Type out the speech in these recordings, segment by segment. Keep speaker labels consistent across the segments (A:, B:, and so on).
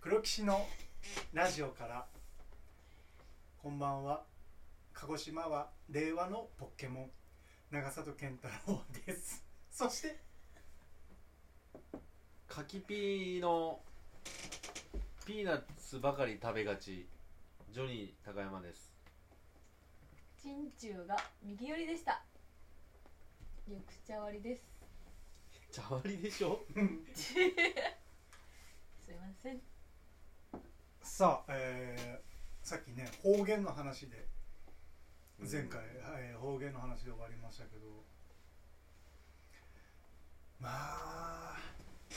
A: 黒騎士のラジオからこんばんは鹿児島は令和のポケモン長里健太郎ですそして
B: 柿ピーのピーナッツばかり食べがちジョニー高山です
C: チンチューが右寄りでした緑茶割りです
B: 茶割りでしょ
A: うん
C: すいません
A: さあ、えーさっきね方言の話で前回、えー方言の話で終わりましたけどまあ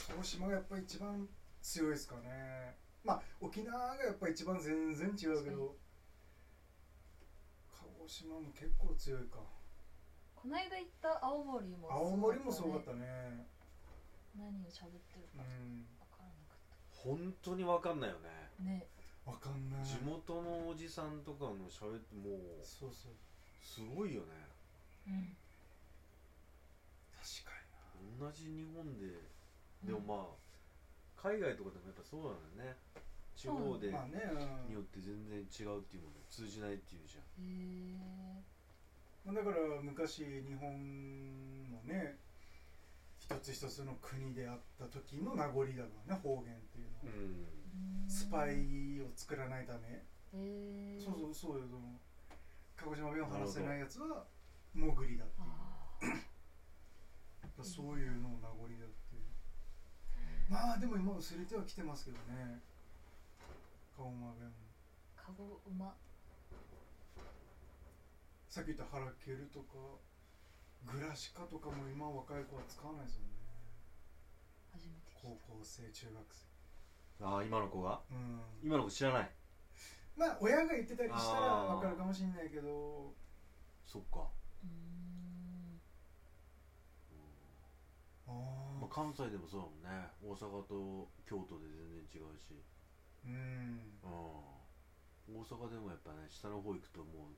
A: 鹿児島がやっぱ一番強いですかねまあ沖縄がやっぱ一番全然違うけ
C: 確か
A: ど鹿児島も結構強いか
C: こないだ行った青森も
A: 青森もすごかった
C: ね
A: ね
C: 何を喋ってる
A: うん
C: か分からなかっ
B: 本当に分かんないよね
C: たね
A: わかんない
B: 地元のおじさんとかの喋ってもう
A: そうそう
B: すごいよね
C: うん
A: 確か
B: 同じ日本ででもまあ、海外とかでもやっぱそうなのよね地方で
A: にまあね、うん
B: によって全然違うっていうもの通じないっていうじゃん
C: へえ
A: まあだから昔日本もね一つ一つの国であった時の名残だからね方言っていうのは、
B: ん
A: スパ
C: へ
A: イを作らないため、
C: え
A: そうそうそうよその鹿児島弁を話せないやつは潜りだっていう
C: あー
A: だからそういうのも名残だっていうまあでも今薄れてはきてますけどね鹿児島弁も
C: カゴ馬
A: さっき言った「ハラケル」とか「グラシカ」とかも今若い子は使わないですよね
C: 初めて聞い
A: 高校生中学生
B: ああ今の子が
A: うん
B: 今の子知らない
A: まあ親が言ってたりしたら
B: あー
A: わかるかもしれないけど
B: そっか、
C: たうーん
A: あ
B: ま
A: ー、
B: あ関西でもそうだもんね大阪と京都で全然違うし、
A: うん
B: うん、大阪でもやっぱね下の方行くともう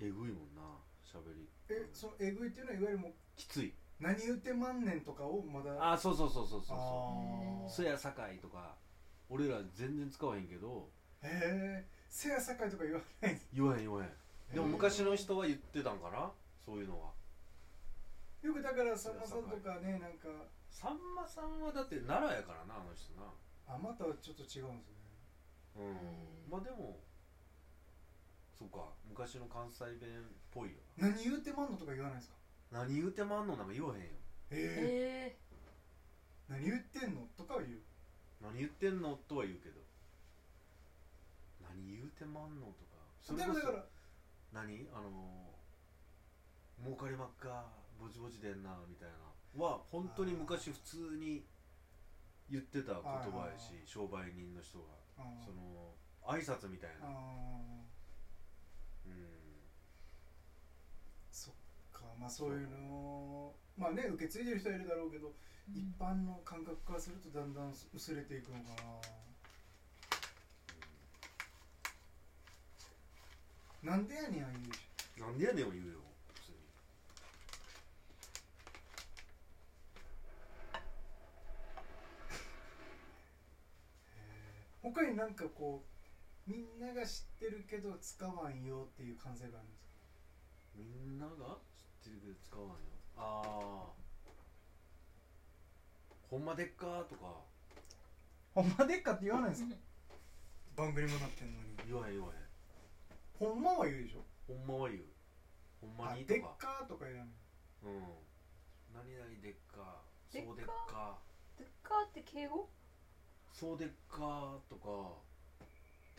B: えぐいもんな喋り
A: えそのえぐいっていうのはいわゆるもう
B: きつい
A: 何言ってまんねんとかをまだ
B: ああそうそうそうそうそうそ
A: あ
B: う
A: ー
B: そやさかいとか俺ら全然使わへんけど
A: へえせやさかいとか言わない です
B: 言わへん言わへんでも
A: へー
B: 昔の人は言ってたんかなそういうのは
A: よくだからさんまさんとかねなんか
B: さんまさんはだって奈良やからなあの人な
A: あまたはちょっと違うんですね
B: うん
C: ん
B: まあでもそうか昔の関西弁っぽいよな
A: 何言ってまんのとか言わないですか
B: 何言うてまんのなんか言わへんよ
A: ええ
C: え
A: 何言ってんのとかは言う
B: 何言ってんのとは言うけど何言うてまんのとかそれ
A: で
B: こ
A: もだか
B: そ
A: ら
B: 何あのー儲かりまっかぼちぼちでんなみたいなは本当に昔普通に言ってた言葉やし
A: あー
B: 商売人の人が
A: あー
B: その挨拶みたい
A: あ
B: な
A: ー
B: うん
A: そっかまあそういうのをまあね受け継いでる人はいるだろうけど
C: ー
A: 一般の感覚からするとだんだん薄れていくのかな、なんでやねんああいうでし
B: なんでやねんを言うよ普通に
A: ょ他になんかこうみんなが知ってるけど使わんよっていう感性があるんですか
B: みんなが知ってるけど使わんよああほんまでっかーとか
A: ほんまでっかって言わないん
C: うん
A: 番組もなってんのに
B: 言わへん言わ
A: ほんまは言うでしょ
B: へんほんまは言うほんま
A: あ
B: にと
A: でっ
B: か
A: かとか言わない
B: うん何々でっか
C: でっか
B: そうでっか
C: でっかって敬語
B: そうでっかーとか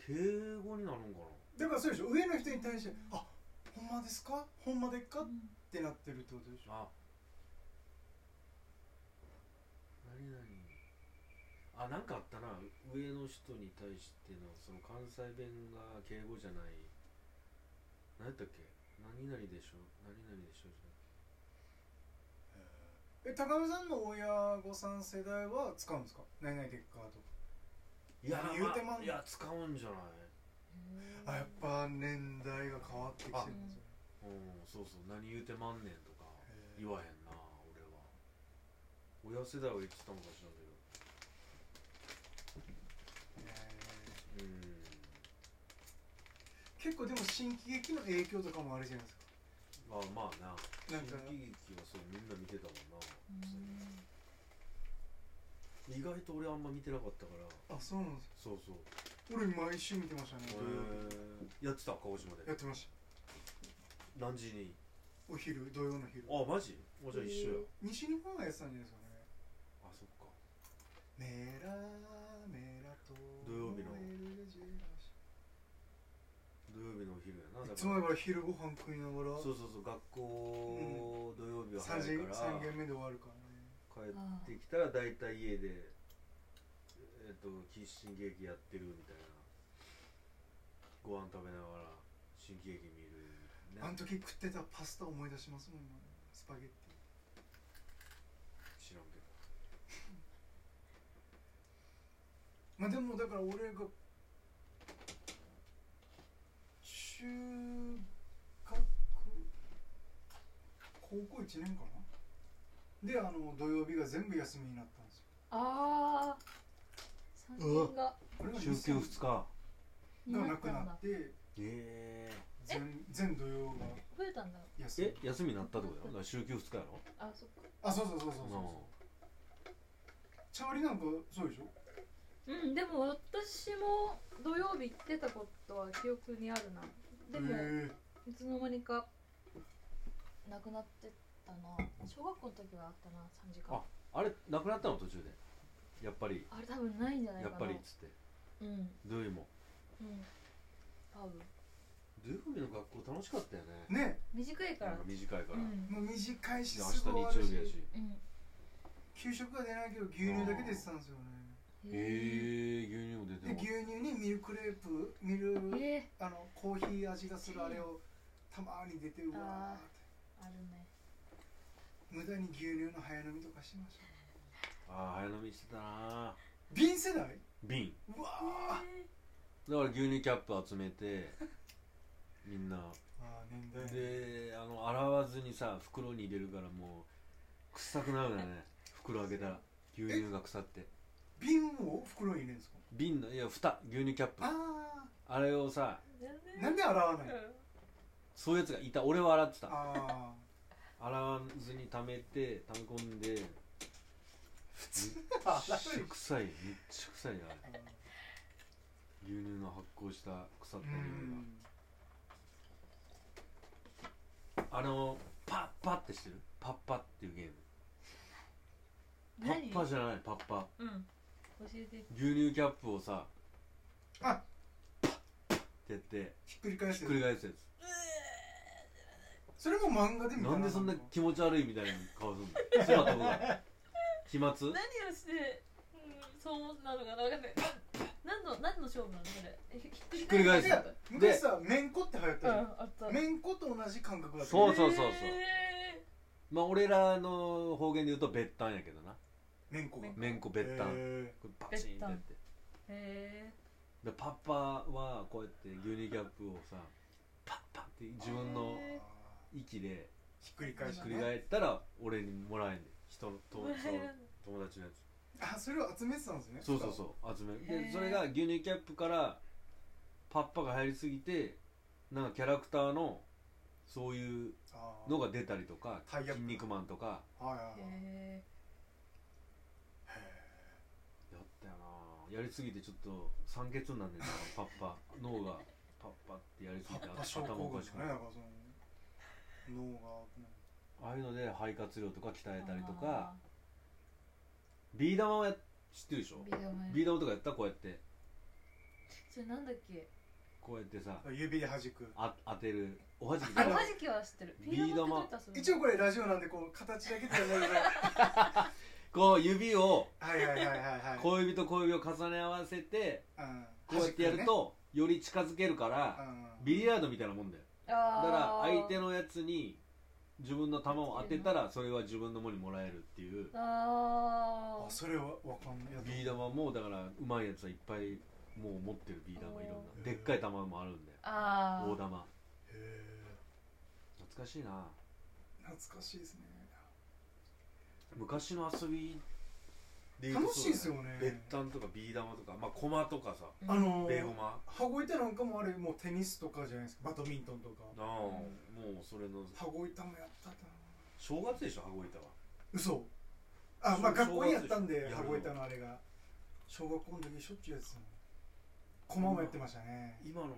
B: 敬語になるんか
A: だからそうでしょ上の人に対して「あほんまですかほんまでっか?」ってなってるってことでしょ
B: なあ何々あなんかあったな上の人に対してのその関西弁が敬語じゃない何やったっけ何々でしょ何々でしょじ
A: え高見さんの親御さん世代は使うんですか何々でっかとか
B: ゃない
A: いや
B: ま
A: 言
B: あ
A: うてまんねん
B: いや使うんじゃない
A: あやっぱ年代が変わってきてるんですよ
B: うんそうそう何言うてまんねんとか
A: へえ
B: 言わへんな俺は親世代は言ってたのかしらんけど
A: 結構でも新喜劇の影響とかもあるじゃないですか
B: あまあな
A: なんか
B: 新喜劇はそうみんな見てたもんな
C: うん
B: 意外と俺あんま見てなかったから
A: あそうなんですよ
B: そうそう
A: 俺毎週見てましたね
B: へ
A: 土曜日
B: えやってた鹿児島
A: や
B: で
A: ってました
B: 何時に
A: お昼土曜の昼
B: あマジあじゃあ一緒や
C: へえ
A: 西日本はやってたんじゃないですかね
B: あそっか
A: メラメラと
B: 土曜日の
A: 燃えるジェラシ
B: 土曜日のお昼やなだ
A: ーい
B: から
A: つもやっぱ昼ご飯食いながら
B: そうそうそう学校、土曜日は
A: 3
B: 早い
A: 時
B: か
A: 三
B: ら
A: 軒目で終わるからね
B: 帰ってきたら大体家でえっ、とキッシン劇やってるみたいなご飯食べながら新喜劇見る、ね、
A: あの時食ってたパスタ思い出しますもん今スパゲッテ
B: 知らんけど
A: ィまあでもだから俺が中学高校1年かなであの土曜日が全部休みになったんですよ
C: ああ三線が
A: これが
B: 週休2日
A: がなくなって
B: え
A: 全全土曜が
C: 増えたんだ
A: 休
B: ー、
A: み
B: え休みになったってことやろだから週休2日やろ
C: あそっか
A: あそうそうそうそうそうチャオリなんかそうでしょ
C: うんでも私も土曜日行ってたことは記憶にあるなでも、
A: へ
C: いつの間にかなくなってたな小学校の時はあったな3時間あ
B: ああれなくなったの途中でやっぱり
C: れ多分ないんじゃない
B: や
C: か
B: っ
C: な
B: ぱりっつって
C: うんうん
B: 土曜日も
C: 多分
B: 土曜日の学校楽しかったよね
A: えね
C: 短いか
B: な
C: ら
B: んか短いから、
C: う
B: で
C: ん
A: もう短いし
B: 明
A: すぐ終わ
B: 日
A: る
B: 日
A: し
B: 曜日やし
C: うん
A: 給食が出ないけど牛乳だけ出てたんですよね
B: へえ
C: え
B: ー、牛乳も
A: で
B: 出ても
A: 牛乳にミルクレープミル
C: え
A: あのコーヒー味がするあれをたまに出てうわーって
C: あるね
A: 無駄に牛乳の早飲みとかしてましたね
B: ああ早飲みしてたな
A: 瓶世代
B: 瓶
A: うわー
B: だから牛乳キャップ集 めてみんな
A: あー年代
B: であの洗わずにさ袋に入れるからもう臭くなるよ ね袋開けたら牛乳が腐って
A: 瓶を袋に入れるんですか
B: 瓶のいや蓋牛乳キャップあ
A: あ
B: れをさ
C: 全然
A: ーなんで洗わない
B: そういうやつがいた俺は洗ってた
A: あ
B: 洗わずに溜めて溜め込 んでめっ
A: あ
B: ちゃ臭いめっちゃ臭いなあれ
A: ー
B: 牛乳の発酵した腐っ
A: う
B: た匂いが
A: ん
B: あのパッパってしてるパッパっていうゲームパ
C: 何
B: ッパじゃないパッパ
C: うん教えて
B: 牛乳キャップをさ
A: あ
B: ってやって
A: ひっくり返
B: ひ
A: す
B: っくり返すや
A: それも漫画で
B: つ
A: 見た
B: なんでそんな
A: か
B: 気持ち悪いみたいな 顔すんのそうだったことだ飛沫
C: 何をして、うん、そう思ったのかな分かんない何の何の勝負なのそれえひ
B: っくり返
A: い
B: す
A: や
C: う
A: 昔さめんこって流行った
C: ん
A: じゃん
C: あった
A: めんこと同じ感覚だった
B: そうそうそうそう
C: へ
B: まあ俺らの方言で言うとべったんやけどな
A: めんこが
B: めんこべったん、
A: へ
B: これバチンってやって
C: ーへ
B: でパッパはこうやって牛乳キャップをさパッパって自分の
A: ー
C: へ
B: 息で
A: ひっくり返
B: ひ
A: し
B: ったく
A: ね
B: り返ったら俺にもらえんねん人の
C: ー
B: 友
C: もら
B: 達
C: える
B: 友達のやつ
A: あそれを集めてたんですね
B: そうそうそう集める
C: へ
B: で
C: ー
B: それが牛乳キャップからパッパが入りすぎてなんかキャラクターのそういう
A: あー
B: のが出たりとか
A: タイアップ
B: 筋肉マンとか
A: はいはいはい
C: へ
B: やったよなやりすぎてちょっと酸欠になんねんなパッパ脳がパッパってやりすぎて
A: あ症
B: 頭
A: 候
B: お
A: 群
B: か
A: で
B: し
A: す
B: く
A: ねだ
B: な
A: か
B: る
A: らその脳が危ない
B: ああいうので肺活量とか鍛
C: え
B: えたりとかビー玉はやっ知ってるでしょ
C: ビデオ
B: ビー
C: 前
B: 玉とかやったこうやって
C: それなんだっけ
B: こうやってさ
A: 指で弾く
B: あ当てるおはじき
C: お
B: だ
C: はじきは知ってる
B: ビー玉
A: 一応これラジオなんでこう形だけでやる
B: こう指を
A: はいはいはいはいはい
B: 小指と小指を重ね合わせて
A: うん
B: こうやってやるとより近づけるか
A: 弾
B: ら
A: くねうん
B: ビリヤードみたいなもんだよ
C: だ
B: だから相手
C: の
B: のやつに自分の球を当てたらそれは自分のものにもらえるっていう
C: あ
A: あ
C: ー
A: それはわかんないや
B: ビー玉もだからうまいやつはいっぱいもう持ってるビー玉いろん
A: おー
B: なでっかい玉もあるんだよ
C: あー
B: 大玉
A: へえ
B: 懐かしいな
A: 懐かしいですね
B: 昔の遊びで
A: 楽しいですよね
B: 別単とかビー玉とかまあ駒とかさ
A: あの
B: ベ
A: ー
B: ゴマ
A: 羽子板なんかもあれもうテニスとかじゃないですかバドミントンとか
B: なあもうそれの
A: 羽子板もやったな
B: 正月でしょ羽子板は
A: 嘘あ
B: そう
A: まあ学校にやったん
B: そう
A: で
B: やる
A: 羽子板のあれが小学校の時しょっちゅうやってたの駒もやってましたね
B: 今の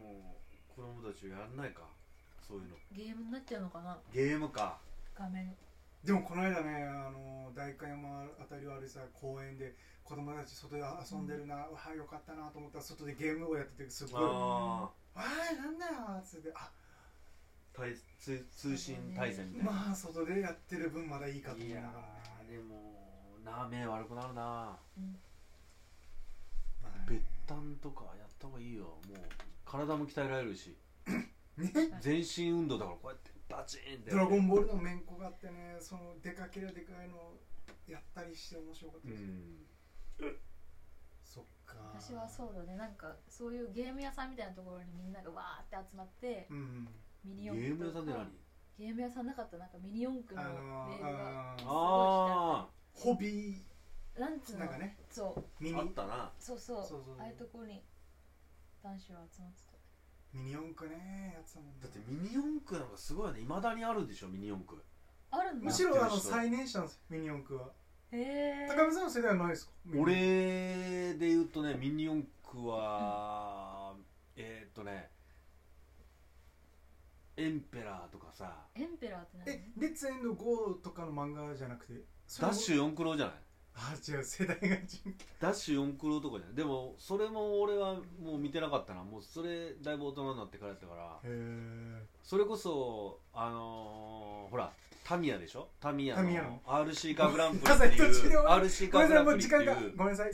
B: 子供たちはやんないかそういうの
C: ゲームになっちゃうのかな
B: ゲームか
C: 画面
A: でもこの間ねあの代官山あたりを歩いてた公園で子供たち外で遊んでるな、わあよかったなと思ったら外でゲームをやっててすごい「わ
B: あ
A: あなんだよ」っつって「あ
B: あ対通通信対戦みたいな、
A: まあ外でやってる分まだいいか」と思い
B: い
A: な
B: や
A: がら
B: ー
A: ね
B: でもなあ目悪くなるな
C: うん
A: はい
B: 別単とかやった方がいいよもう体も鍛えられるし
A: ね
B: 全身運動だからこうやってバチーンって
A: ドラゴンボールのめんこがあってねそのでかけりゃでかいのをやったりして面白かった
B: う
A: です、
B: ん
A: そっか
C: 私はそうだねなんかそういうゲーム屋さんみたいなところにみんながわーって集まって
A: うん
C: ミニ
B: ゲ
C: 四駆
B: ーム屋さんで何
C: ゲーム屋さんなかったなんかミニ四駆
A: あ
C: の
A: の
C: メールが
A: あ
C: す
A: ー
B: あ
A: ホビー
C: なんつうの
A: なんかね
C: そう
A: ミ
B: ーあっ
A: ニ
B: たな
C: そうそ
A: そ
C: う
A: うそうそう
C: ああいうとこに男子は集まってた
A: ミニ四駆ねやってたもんね
B: だってミニ四駆なんかすごいねいまだにあるでしょミニ四駆
C: あるん
A: む
C: だ
A: しろあ
B: やって
A: の
B: る人
A: 最年少なんですよミニ四駆は
C: へえ
A: 高見さんの世代はないですか
B: 俺で言うとねミニ四駆は、えー、っとねエンペラーとかさ
C: エンペラーって
A: えレ
C: 何
A: ッツエンドゴーとかの漫画じゃなくて
B: ダッシ
A: ュ
B: ュ四駆郎じゃない
A: あ違う世代が違う
B: ダッシュ四駆郎とかじゃないでもそれも俺はもう見てなかったなもうそれだいぶ大人になってからやったから
A: へ
B: それこそあのー、ほらタミヤでしょタミヤの
A: タミヤの
B: RC カーグランプリ
A: ごめんなさい
B: ってい
A: 途中で終
B: う
A: わ
B: RC
A: ご
B: カ
A: め
B: ー
A: んな
B: グ
A: さいも
B: ランプ
A: う
B: リっ
A: 時
B: て
A: 間が
B: いう
A: ごめんなさい